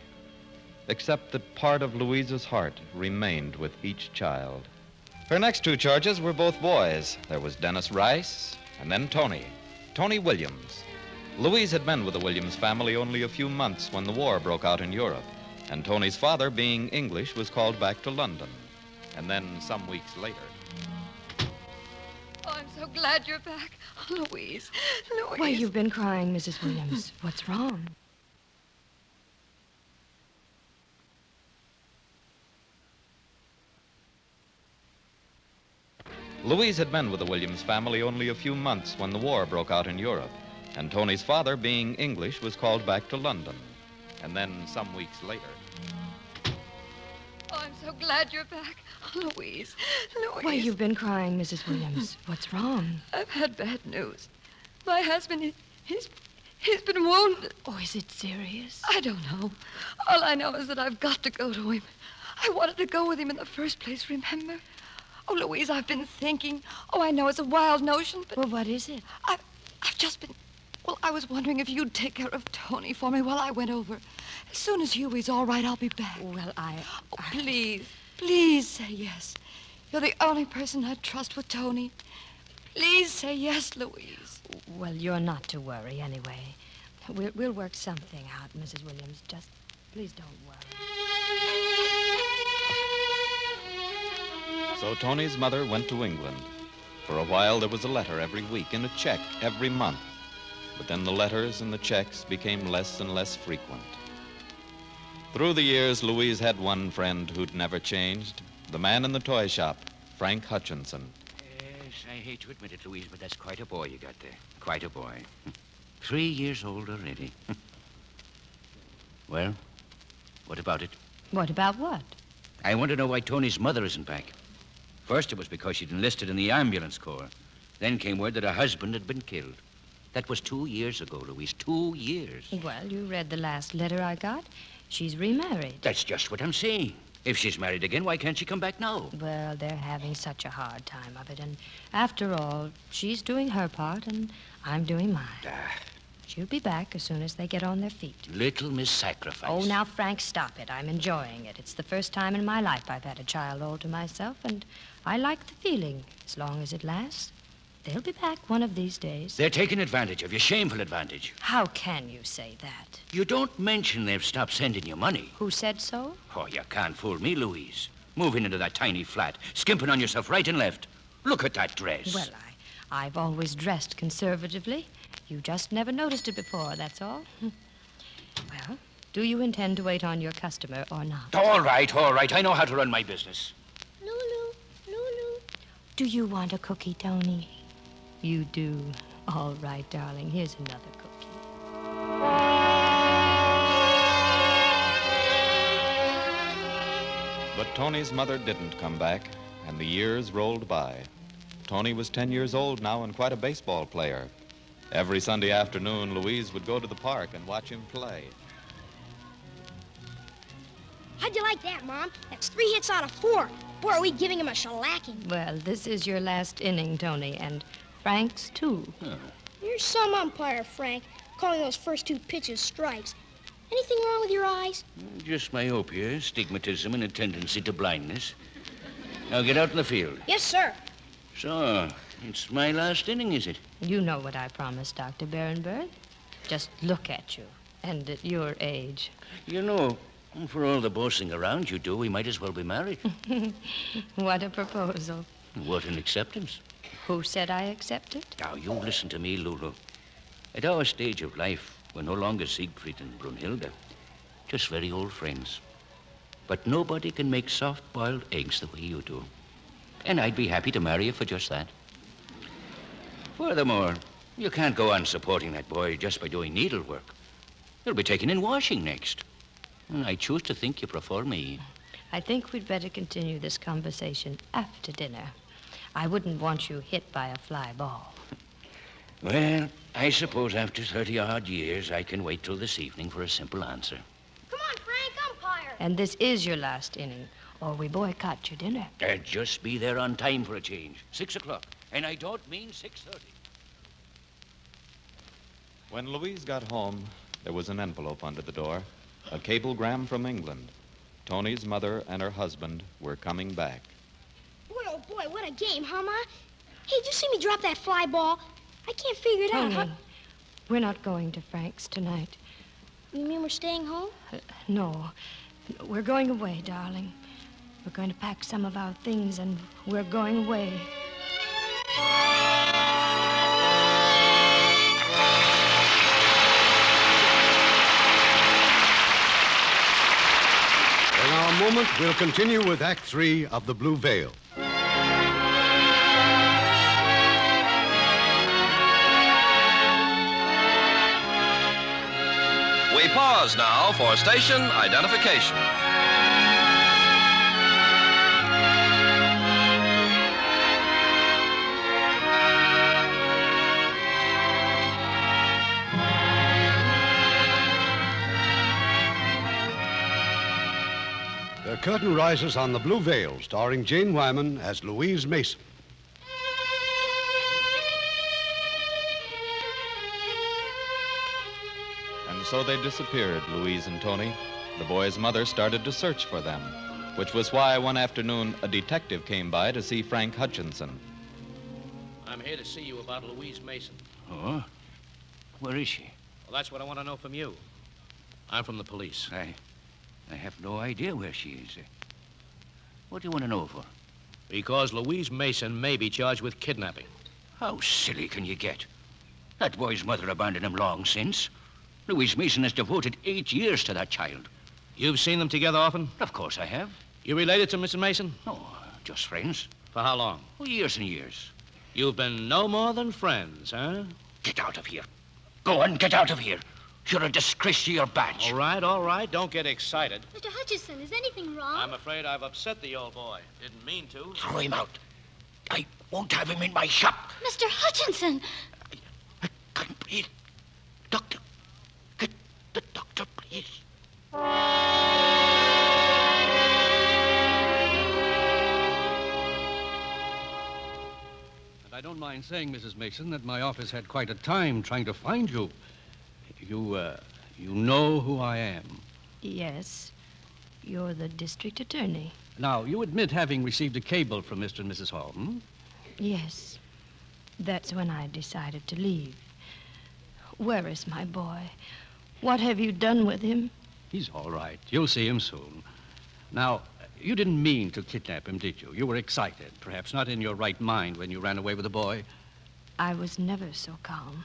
Speaker 8: Except that part of Louise's heart remained with each child. Her next two charges were both boys. There was Dennis Rice and then Tony, Tony Williams. Louise had been with the Williams family only a few months when the war broke out in Europe, and Tony's father, being English, was called back to London. And then some weeks later.
Speaker 16: Oh, I'm so glad you're back. Oh, Louise. Louise.
Speaker 7: Why, you've been crying, Mrs. Williams. What's wrong?
Speaker 8: Louise had been with the Williams family only a few months when the war broke out in Europe, and Tony's father, being English, was called back to London. And then some weeks later.
Speaker 16: Oh, I'm so glad you're back. Oh, Louise. Louise.
Speaker 7: Why, you've been crying, Mrs. Williams. What's wrong?
Speaker 16: I've had bad news. My husband, he, he's he's been wounded.
Speaker 7: Oh, is it serious?
Speaker 16: I don't know. All I know is that I've got to go to him. I wanted to go with him in the first place, remember? Oh, Louise, I've been thinking. Oh, I know it's a wild notion, but
Speaker 7: Well, what is it?
Speaker 16: I've, I've just been. Well, I was wondering if you'd take care of Tony for me while I went over. As soon as Huey's all right, I'll be back.
Speaker 7: Well, I.
Speaker 16: Oh, please, please say yes. You're the only person I trust with Tony. Please say yes, Louise.
Speaker 7: Well, you're not to worry anyway. We'll, we'll work something out, Mrs. Williams. Just please don't worry.
Speaker 8: So Tony's mother went to England. For a while, there was a letter every week and a check every month. But then the letters and the checks became less and less frequent. Through the years, Louise had one friend who'd never changed the man in the toy shop, Frank Hutchinson.
Speaker 9: Yes, I hate to admit it, Louise, but that's quite a boy you got there. Quite a boy. Three years old already. well, what about it?
Speaker 7: What about what?
Speaker 9: I want to know why Tony's mother isn't back. First, it was because she'd enlisted in the ambulance corps. Then came word that her husband had been killed. That was two years ago, Louise. Two years.
Speaker 7: Well, you read the last letter I got. She's remarried.
Speaker 9: That's just what I'm saying. If she's married again, why can't she come back now?
Speaker 7: Well, they're having such a hard time of it, and after all, she's doing her part and I'm doing mine. She'll be back as soon as they get on their feet.
Speaker 9: Little Miss Sacrifice.
Speaker 7: Oh, now, Frank, stop it. I'm enjoying it. It's the first time in my life I've had a child all to myself, and I like the feeling as long as it lasts. They'll be back one of these days.
Speaker 9: They're taking advantage of you. Shameful advantage.
Speaker 7: How can you say that?
Speaker 9: You don't mention they've stopped sending you money.
Speaker 7: Who said so?
Speaker 9: Oh, you can't fool me, Louise. Moving into that tiny flat, skimping on yourself right and left. Look at that dress.
Speaker 7: Well, I, I've always dressed conservatively. You just never noticed it before, that's all. Well, do you intend to wait on your customer or not?
Speaker 9: All right, all right. I know how to run my business.
Speaker 7: Do you want a cookie, Tony? You do. All right, darling. Here's another cookie.
Speaker 8: But Tony's mother didn't come back, and the years rolled by. Tony was 10 years old now and quite a baseball player. Every Sunday afternoon, Louise would go to the park and watch him play.
Speaker 10: How'd you like that, Mom? That's three hits out of four. Boy, are we giving him a shellacking.
Speaker 7: Well, this is your last inning, Tony, and Frank's too.
Speaker 10: You're some umpire, Frank, calling those first two pitches strikes. Anything wrong with your eyes?
Speaker 9: Just myopia, stigmatism, and a tendency to blindness. Now get out in the field.
Speaker 10: Yes, sir.
Speaker 9: So, it's my last inning, is it?
Speaker 7: You know what I promised, Dr. Berenberg. Just look at you, and at your age.
Speaker 9: You know, for all the boasting around you do, we might as well be married.
Speaker 7: what a proposal.
Speaker 9: what an acceptance.
Speaker 7: Who said I accepted?
Speaker 9: Now, you listen to me, Lulu. At our stage of life, we're no longer Siegfried and Brunhilde, just very old friends. But nobody can make soft boiled eggs the way you do. And I'd be happy to marry you for just that. Furthermore, you can't go on supporting that boy just by doing needlework. You'll be taken in washing next. And I choose to think you prefer me.
Speaker 7: I think we'd better continue this conversation after dinner. I wouldn't want you hit by a fly ball.
Speaker 9: Well, I suppose after 30 odd years, I can wait till this evening for a simple answer.
Speaker 7: And this is your last inning, or we boycott your dinner.
Speaker 9: Uh, just be there on time for a change. Six o'clock. And I don't mean 6.30.
Speaker 8: When Louise got home, there was an envelope under the door, a cablegram from England. Tony's mother and her husband were coming back.
Speaker 10: Boy, oh boy, what a game, huh, Ma? Hey, did you see me drop that fly ball? I can't figure it out.
Speaker 7: Tony,
Speaker 10: Huh?
Speaker 7: we're not going to Frank's tonight. Uh,
Speaker 10: You mean we're staying home?
Speaker 7: No. We're going away, darling. We're going to pack some of our things and we're going away.
Speaker 2: In our moment, we'll continue with Act Three of The Blue Veil.
Speaker 1: We pause now for station identification.
Speaker 2: The curtain rises on The Blue Veil, starring Jane Wyman as Louise Mason.
Speaker 8: And so they disappeared, Louise and Tony. The boy's mother started to search for them, which was why one afternoon a detective came by to see Frank Hutchinson.
Speaker 17: I'm here to see you about Louise Mason.
Speaker 9: Oh? Where is she?
Speaker 17: Well, that's what I want to know from you.
Speaker 9: I'm from the police. I, I have no idea where she is. What do you want to know for?
Speaker 18: Because Louise Mason may be charged with kidnapping.
Speaker 9: How silly can you get? That boy's mother abandoned him long since. Louise Mason has devoted eight years to that child.
Speaker 18: You've seen them together often?
Speaker 9: Of course I have.
Speaker 18: You related to Mrs. Mason?
Speaker 9: No, just friends.
Speaker 18: For how long?
Speaker 9: Oh, years and years.
Speaker 18: You've been no more than friends, huh?
Speaker 9: Get out of here. Go and get out of here. You're a disgrace to your badge.
Speaker 18: All right, all right. Don't get excited.
Speaker 11: Mr. Hutchison, is anything wrong?
Speaker 18: I'm afraid I've upset the old boy. Didn't mean to.
Speaker 9: Throw him out. I won't have him in my shop.
Speaker 11: Mr. Hutchinson!
Speaker 9: Please. Doctor. Get the doctor, please.
Speaker 19: And I don't mind saying, Mrs. Mason, that my office had quite a time trying to find you. You, uh, you know who I am.
Speaker 20: Yes. You're the district attorney.
Speaker 19: Now, you admit having received a cable from Mr. and Mrs. Hall, hmm?
Speaker 20: Yes. That's when I decided to leave. Where is my boy? What have you done with him?
Speaker 19: He's all right. You'll see him soon. Now, you didn't mean to kidnap him, did you? You were excited, perhaps not in your right mind when you ran away with the boy.
Speaker 20: I was never so calm.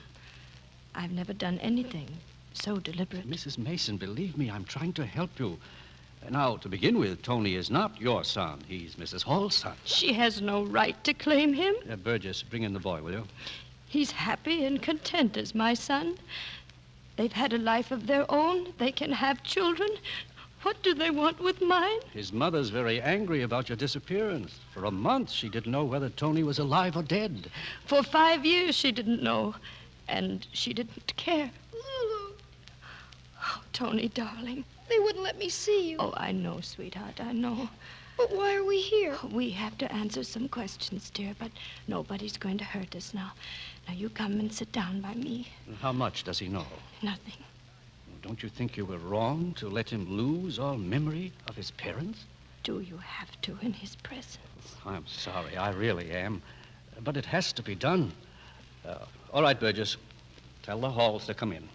Speaker 20: I've never done anything so deliberate.
Speaker 19: Mrs. Mason, believe me, I'm trying to help you. Now, to begin with, Tony is not your son. He's Mrs. Hall's son.
Speaker 20: She has no right to claim him.
Speaker 19: Uh, Burgess, bring in the boy, will you?
Speaker 20: He's happy and content as my son. They've had a life of their own. They can have children. What do they want with mine?
Speaker 19: His mother's very angry about your disappearance. For a month, she didn't know whether Tony was alive or dead.
Speaker 20: For five years, she didn't know, and she didn't care.
Speaker 7: Lulu,
Speaker 20: Oh, Tony, darling.
Speaker 7: they wouldn't let me see you.
Speaker 20: Oh, I know, sweetheart, I know.
Speaker 7: But why are we here?
Speaker 20: We have to answer some questions, dear, but nobody's going to hurt us now. Now, you come and sit down by me.
Speaker 19: How much does he know?
Speaker 20: Nothing.
Speaker 19: Don't you think you were wrong to let him lose all memory of his parents?
Speaker 20: Do you have to in his presence?
Speaker 19: I'm sorry, I really am. But it has to be done. Uh, all right, Burgess. Tell the Halls to come in.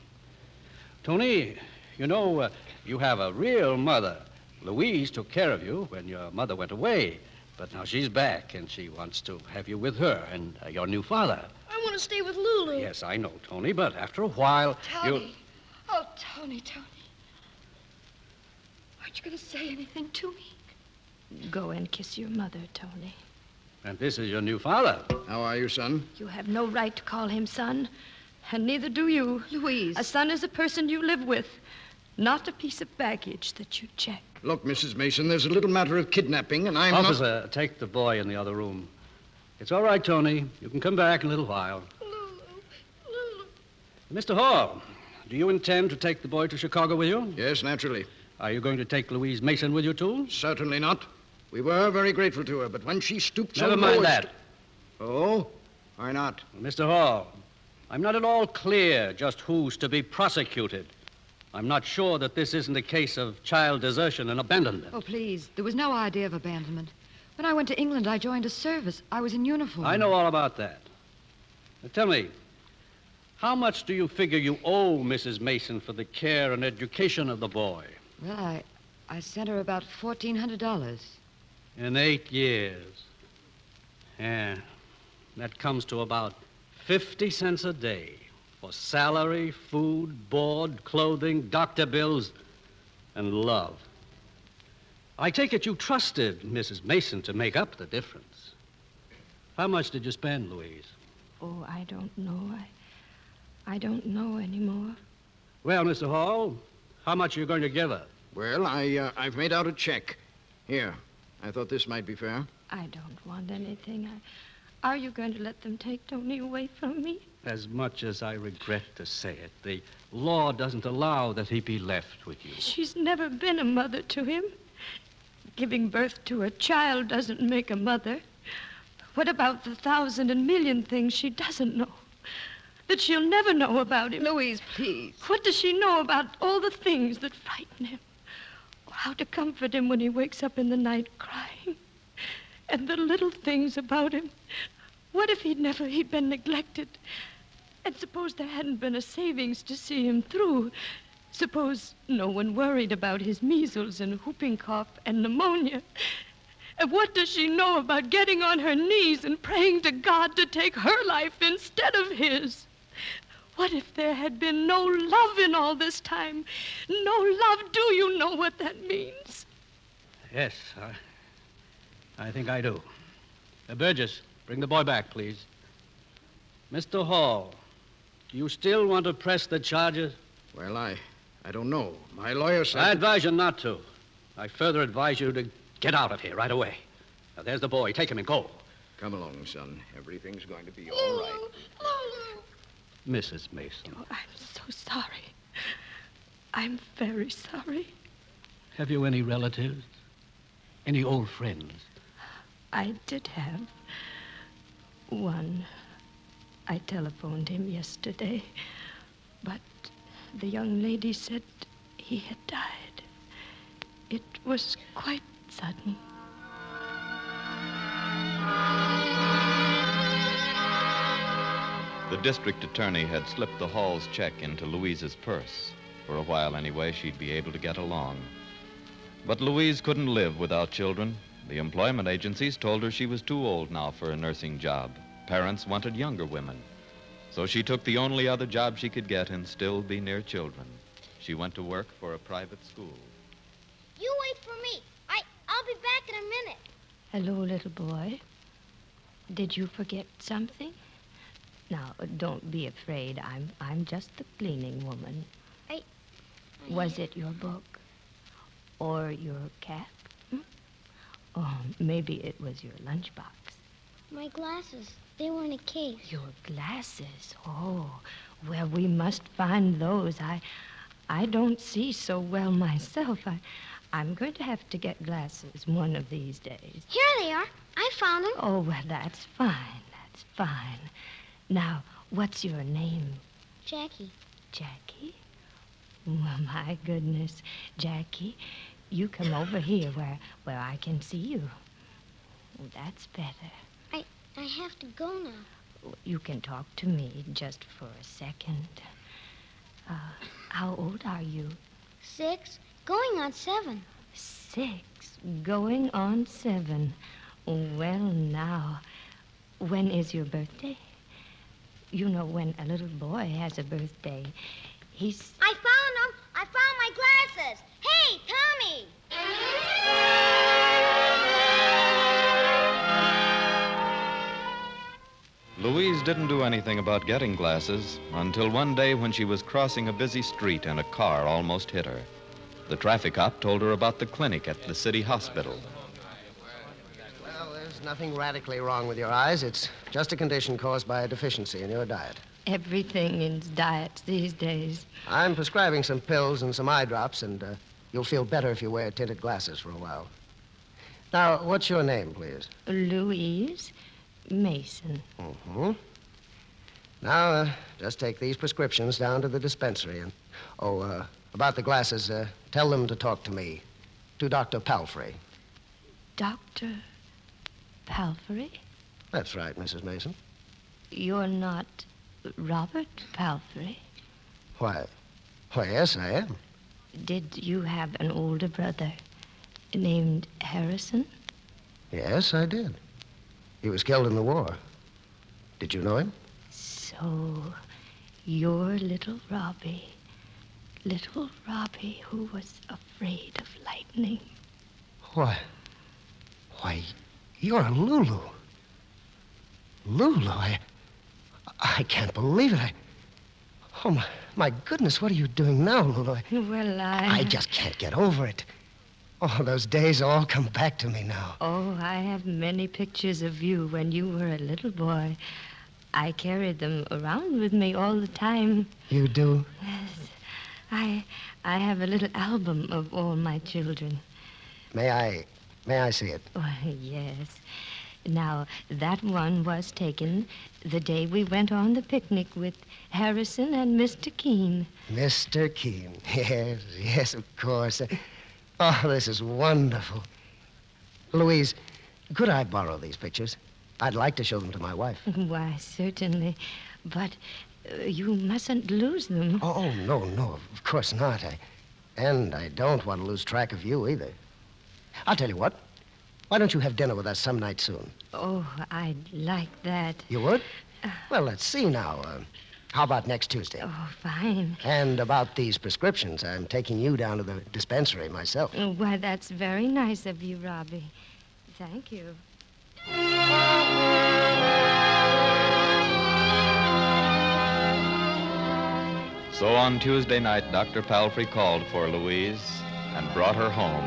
Speaker 19: Tony, you know, uh, you have a real mother. Louise took care of you when your mother went away. But now she's back, and she wants to have you with her and uh, your new father.
Speaker 7: I want to stay with Lulu.
Speaker 19: Yes, I know, Tony, but after a while, you'll.
Speaker 7: Tony. Oh, Tony, Tony. Aren't you going to say anything to me?
Speaker 20: Go and kiss your mother, Tony.
Speaker 19: And this is your new father.
Speaker 13: How are you, son?
Speaker 20: You have no right to call him son, and neither do you. Louise. A son is a person you live with, not a piece of baggage that you check.
Speaker 13: Look, Mrs. Mason, there's a little matter of kidnapping, and I'm not-
Speaker 19: Officer, take the boy in the other room. It's all right, Tony. You can come back in a little while. Mr. Hall, do you intend to take the boy to Chicago with you?
Speaker 13: Yes, naturally.
Speaker 19: Are you going to take Louise Mason with you, too?
Speaker 13: Certainly not. We were very grateful to her, but when she stooped so
Speaker 19: Never mind
Speaker 13: low as-
Speaker 19: that.
Speaker 13: Oh? Why not?
Speaker 19: Mr. Hall, I'm not at all clear just who's to be prosecuted. I'm not sure that this isn't a case of child desertion and abandonment.
Speaker 16: Oh, please. There was no idea of abandonment. When I went to England, I joined a service. I was in uniform.
Speaker 19: I know all about that. Now tell me, how much do you figure you owe Mrs. Mason for the care and education of the boy?
Speaker 16: Well, I, I sent her about $1,400.
Speaker 19: In eight years. Yeah. That comes to about 50 cents a day for salary, food, board, clothing, doctor bills, and love. I take it you trusted Mrs. Mason to make up the difference. How much did you spend, Louise?
Speaker 20: Oh, I don't know. I, I don't know anymore.
Speaker 19: Well, Mr. Hall, how much are you going to give her?
Speaker 13: Well, I, uh, I've made out a check. Here. I thought this might be fair.
Speaker 20: I don't want anything. I, are you going to let them take Tony away from me?
Speaker 19: As much as I regret to say it, the law doesn't allow that he be left with you.
Speaker 20: She's never been a mother to him. Giving birth to a child doesn't make a mother. What about the thousand and million things she doesn't know? That she'll never know about him.
Speaker 16: Louise, please.
Speaker 20: What does she know about all the things that frighten him? How to comfort him when he wakes up in the night crying? And the little things about him. What if he'd never he'd been neglected? And suppose there hadn't been a savings to see him through? Suppose no one worried about his measles and whooping cough and pneumonia. And what does she know about getting on her knees and praying to God to take her life instead of his? What if there had been no love in all this time? No love. Do you know what that means?
Speaker 19: Yes, I, I think I do. Uh, Burgess, bring the boy back, please. Mr. Hall, do you still want to press the charges?
Speaker 13: Well, I, I don't know. My lawyer said.
Speaker 19: I advise you not to. I further advise you to get out of here right away. Now, there's the boy. Take him and go.
Speaker 13: Come along, son. Everything's going to be all right.
Speaker 19: Mrs. Mason,
Speaker 20: I'm so sorry. I'm very sorry.
Speaker 19: have you any relatives? Any old friends?
Speaker 20: I did have one. I telephoned him yesterday, but the young lady said he had died. It was quite sudden.
Speaker 8: The district attorney had slipped the Hall's check into Louise's purse. For a while, anyway, she'd be able to get along. But Louise couldn't live without children. The employment agencies told her she was too old now for a nursing job. Parents wanted younger women. So she took the only other job she could get and still be near children. She went to work for a private school.
Speaker 10: You wait for me. I, I'll be back in a minute.
Speaker 7: Hello, little boy. Did you forget something? Now, don't be afraid. I'm, I'm just the cleaning woman.
Speaker 10: I.
Speaker 7: Was it your book? Or your cap? Hmm? Or maybe it was your lunchbox.
Speaker 10: My glasses. They were in a case.
Speaker 7: Your glasses. Oh, well, we must find those. I, I don't see so well myself. I, I'm going to have to get glasses one of these days.
Speaker 10: Here they are. I found them.
Speaker 7: Oh, well, that's fine. That's fine. Now, what's your name,
Speaker 10: Jackie.
Speaker 7: Jackie? Well, my goodness, Jackie, you come over here where where I can see you. That's better.
Speaker 10: I, I have to go now.
Speaker 7: You can talk to me just for a second. Uh, how old are you?
Speaker 10: Six. Going on seven.
Speaker 7: Six, going on seven. Well, now, when is your birthday? You know, when a little boy has a birthday, he's.
Speaker 10: I found them. I found my glasses. Hey, Tommy.
Speaker 8: Louise didn't do anything about getting glasses until one day when she was crossing a busy street and a car almost hit her. The traffic cop told her about the clinic at the city hospital.
Speaker 21: Well, there's nothing radically wrong with your eyes. It's just a condition caused by a deficiency in your diet.
Speaker 7: Everything in diets these days.
Speaker 21: I'm prescribing some pills and some eye drops, and uh, you'll feel better if you wear tinted glasses for a while. Now, what's your name, please?
Speaker 7: Louise Mason.
Speaker 21: hmm Now, uh, just take these prescriptions down to the dispensary. And, oh, uh, about the glasses, uh, tell them to talk to me, to Dr. Palfrey.
Speaker 7: Dr. Palfrey?
Speaker 21: That's right, Mrs. Mason.
Speaker 7: You're not Robert Palfrey.
Speaker 21: Why? Why, yes, I am.
Speaker 7: Did you have an older brother named Harrison?
Speaker 21: Yes, I did. He was killed in the war. Did you know him?
Speaker 7: So, your little Robbie, little Robbie who was afraid of lightning.
Speaker 21: Why? Why, you're Lulu. Lulu, I. I can't believe it. I. Oh, my, my goodness, what are you doing now, Lulu? I,
Speaker 7: Well, I.
Speaker 21: I just can't get over it. Oh, those days all come back to me now.
Speaker 7: Oh, I have many pictures of you when you were a little boy. I carried them around with me all the time.
Speaker 21: You do?
Speaker 7: Yes. I I have a little album of all my children.
Speaker 21: May I. May I see it?
Speaker 7: Oh, yes. Now, that one was taken the day we went on the picnic with Harrison and Mr. Keene.
Speaker 21: Mr. Keene. Yes, yes, of course. Oh, this is wonderful. Louise, could I borrow these pictures? I'd like to show them to my wife.
Speaker 7: Why, certainly. But uh, you mustn't lose them.
Speaker 21: Oh, oh, no, no, of course not. I, and I don't want to lose track of you either. I'll tell you what. Why don't you have dinner with us some night soon?
Speaker 7: Oh, I'd like that.
Speaker 21: You would? Well, let's see now. Uh, how about next Tuesday?
Speaker 7: Oh, fine.
Speaker 21: And about these prescriptions, I'm taking you down to the dispensary myself.
Speaker 7: Oh, Why, that's very nice of you, Robbie. Thank you.
Speaker 8: So on Tuesday night, Dr. Palfrey called for Louise and brought her home.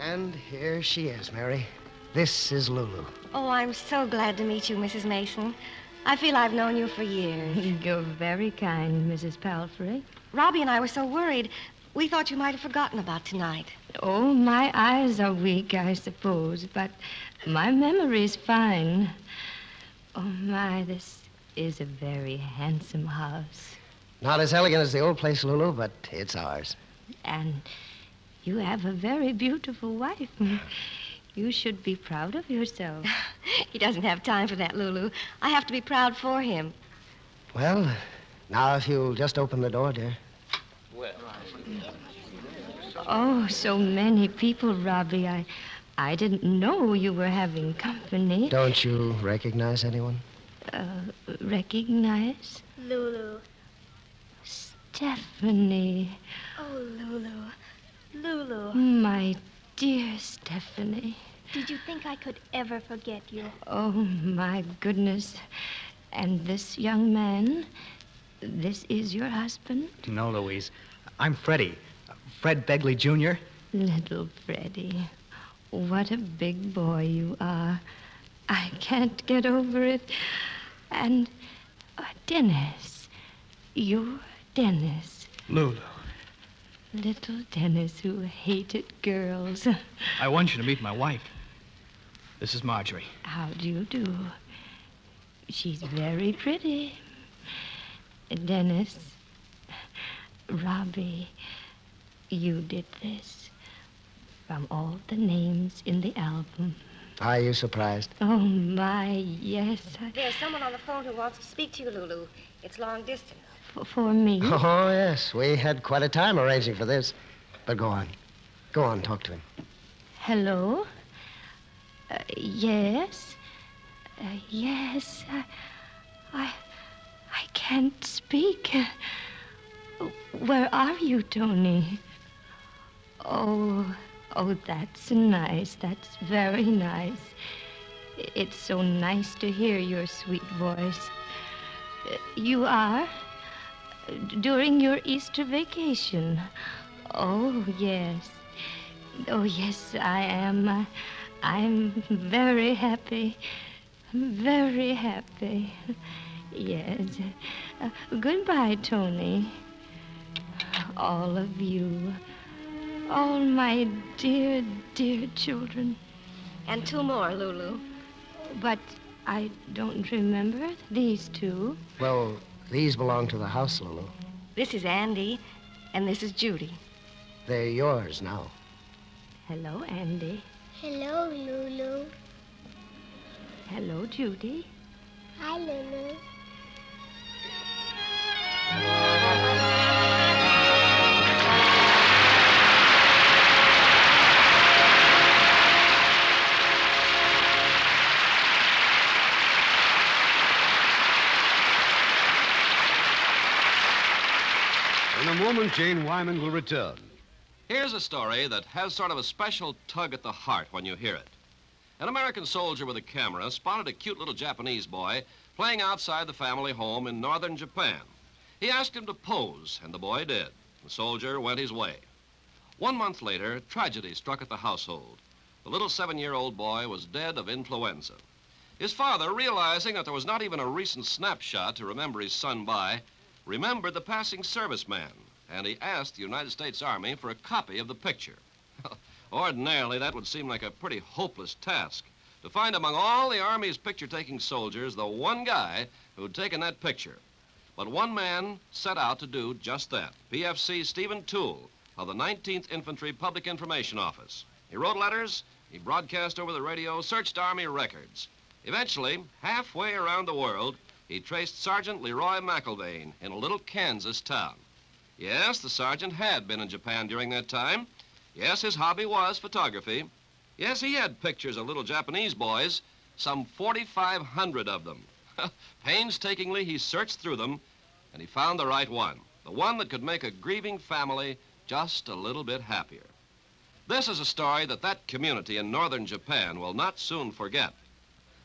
Speaker 21: And here she is, Mary. This is Lulu.
Speaker 22: Oh, I'm so glad to meet you, Mrs. Mason. I feel I've known you for years.
Speaker 7: You're very kind, Mrs. Palfrey.
Speaker 22: Robbie and I were so worried. We thought you might have forgotten about tonight.
Speaker 7: Oh, my eyes are weak, I suppose, but my memory's fine. Oh, my, this is a very handsome house.
Speaker 21: Not as elegant as the old place, Lulu, but it's ours.
Speaker 7: And you have a very beautiful wife. You should be proud of yourself.
Speaker 22: He doesn't have time for that, Lulu. I have to be proud for him.
Speaker 21: Well, now if you'll just open the door, dear.
Speaker 7: Oh, so many people, Robbie. I, I didn't know you were having company.
Speaker 21: Don't you recognize anyone?
Speaker 7: Uh, recognize
Speaker 10: Lulu.
Speaker 7: Stephanie.
Speaker 10: Oh, Lulu. Lulu.
Speaker 7: My dear Stephanie.
Speaker 10: Did you think I could ever forget you?
Speaker 7: Oh, my goodness. And this young man, this is your husband,
Speaker 23: No, Louise. I'm Freddie. Fred Begley, Jr.
Speaker 7: little Freddie. What a big boy you are. I can't get over it. And uh, Dennis. You're Dennis.
Speaker 24: Lulu,
Speaker 7: Little Dennis who hated girls.
Speaker 24: I want you to meet my wife. This is Marjorie.
Speaker 7: How do you do? She's very pretty. Dennis, Robbie, you did this from all the names in the album.
Speaker 21: Are you surprised?
Speaker 7: Oh, my, yes.
Speaker 22: There's someone on the phone who wants to speak to you, Lulu. It's long distance.
Speaker 7: For, for me?
Speaker 21: Oh, yes. We had quite a time arranging for this. But go on. Go on, talk to him.
Speaker 7: Hello? Uh, yes? Uh, yes. I, I, I can't speak. Uh, Where are you, Tony? Oh, oh, that's nice. That's very nice. I- It's so nice to hear your sweet voice. Uh, You are? D- During your Easter vacation? Oh, yes. Oh, yes, I am. I- I'm very happy. Very happy. Yes. Uh, goodbye, Tony. All of you. All my dear, dear children.
Speaker 22: And two more, Lulu.
Speaker 7: But I don't remember these two.
Speaker 21: Well, these belong to the house, Lulu.
Speaker 22: This is Andy, and this is Judy.
Speaker 21: They're yours now.
Speaker 7: Hello, Andy.
Speaker 11: Hello, Lulu.
Speaker 7: Hello, Judy.
Speaker 11: Hi, Lulu.
Speaker 2: In a moment, Jane Wyman will return.
Speaker 1: Here's a story that has sort of a special tug at the heart when you hear it. An American soldier with a camera spotted a cute little Japanese boy playing outside the family home in northern Japan. He asked him to pose, and the boy did. The soldier went his way. One month later, tragedy struck at the household. The little seven year old boy was dead of influenza. His father, realizing that there was not even a recent snapshot to remember his son by, remembered the passing serviceman and he asked the United States Army for a copy of the picture. Ordinarily, that would seem like a pretty hopeless task to find among all the Army's picture taking soldiers the one guy who'd taken that picture. But one man set out to do just that PFC Stephen Toole of the 19th Infantry Public Information Office. He wrote letters, he broadcast over the radio, searched Army records. Eventually, halfway around the world, he traced Sergeant Leroy McIlvaine in a little Kansas town. Yes, the sergeant had been in Japan during that time. Yes, his hobby was photography. Yes, he had pictures of little Japanese boys, some 4,500 of them. Painstakingly, he searched through them, and he found the right one, the one that could make a grieving family just a little bit happier. This is a story that that community in northern Japan will not soon forget.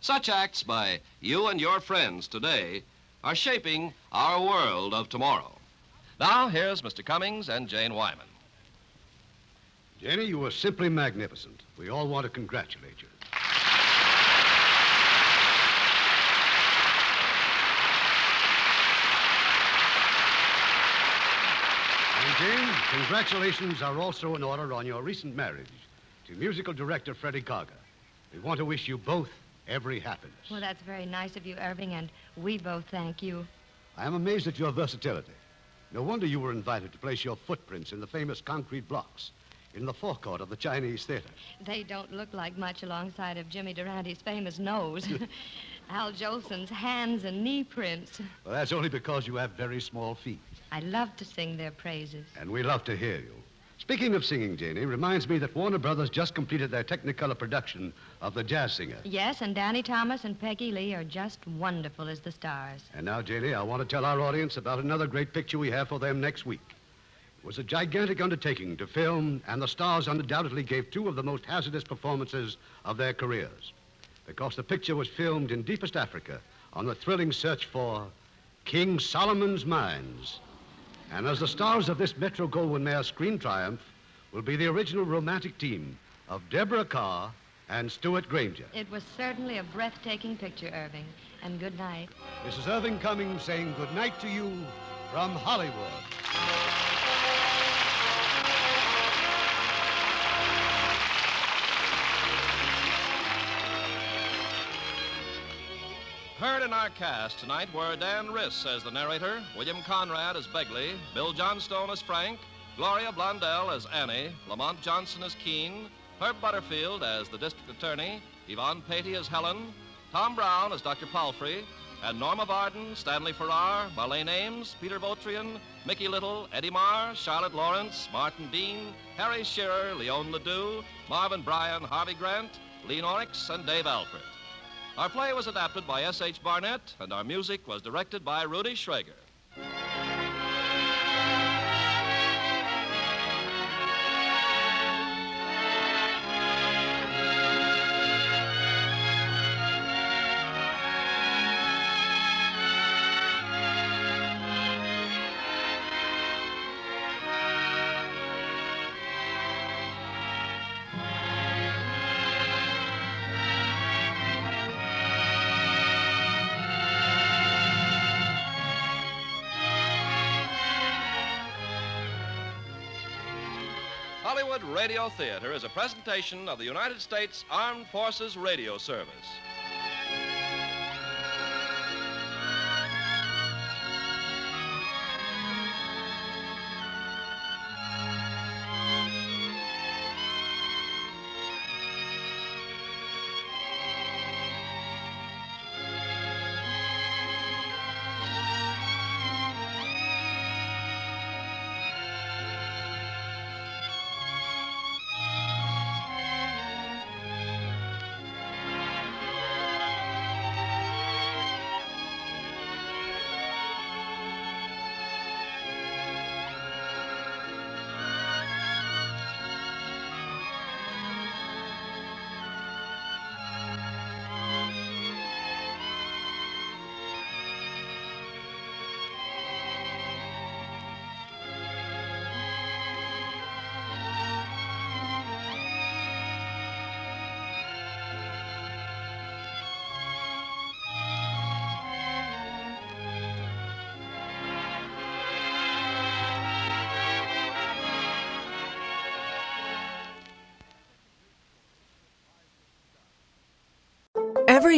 Speaker 1: Such acts by you and your friends today are shaping our world of tomorrow. Now, here's Mr. Cummings and Jane Wyman.
Speaker 2: Jenny, you were simply magnificent. We all want to congratulate you. And Jane, congratulations are also in order on your recent marriage to musical director Freddie Gaga. We want to wish you both every happiness.
Speaker 7: Well, that's very nice of you, Irving, and we both thank you.
Speaker 2: I am amazed at your versatility. No wonder you were invited to place your footprints in the famous concrete blocks in the forecourt of the Chinese theater.
Speaker 7: They don't look like much alongside of Jimmy Durante's famous nose, Al Jolson's hands and knee prints.
Speaker 2: Well, that's only because you have very small feet,
Speaker 7: I love to sing their praises.
Speaker 2: and we love to hear you. Speaking of singing, Janie, reminds me that Warner Brothers just completed their Technicolor production of The Jazz Singer.
Speaker 7: Yes, and Danny Thomas and Peggy Lee are just wonderful as the stars.
Speaker 2: And now, Janie, I want to tell our audience about another great picture we have for them next week. It was a gigantic undertaking to film, and the stars undoubtedly gave two of the most hazardous performances of their careers. Because the picture was filmed in deepest Africa on the thrilling search for King Solomon's Mines. And as the stars of this Metro Goldwyn Mayer screen triumph will be the original romantic team of Deborah Carr and Stuart Granger.
Speaker 7: It was certainly a breathtaking picture, Irving, and good night.
Speaker 2: Mrs. Irving Cummings saying good night to you from Hollywood.
Speaker 1: Heard in our cast tonight were Dan Riss as the narrator, William Conrad as Begley, Bill Johnstone as Frank, Gloria Blondell as Annie, Lamont Johnson as Keene, Herb Butterfield as the district attorney, Yvonne Patey as Helen, Tom Brown as Dr. Palfrey, and Norma Varden, Stanley Farrar, Marlene Ames, Peter Votrian, Mickey Little, Eddie Marr, Charlotte Lawrence, Martin Dean, Harry Shearer, Leon Ledoux, Marvin Bryan, Harvey Grant, Lean Orix, and Dave Alpert. Our play was adapted by S.H. Barnett, and our music was directed by Rudy Schrager. Hollywood Radio Theater is a presentation of the United States Armed Forces Radio Service.
Speaker 3: Every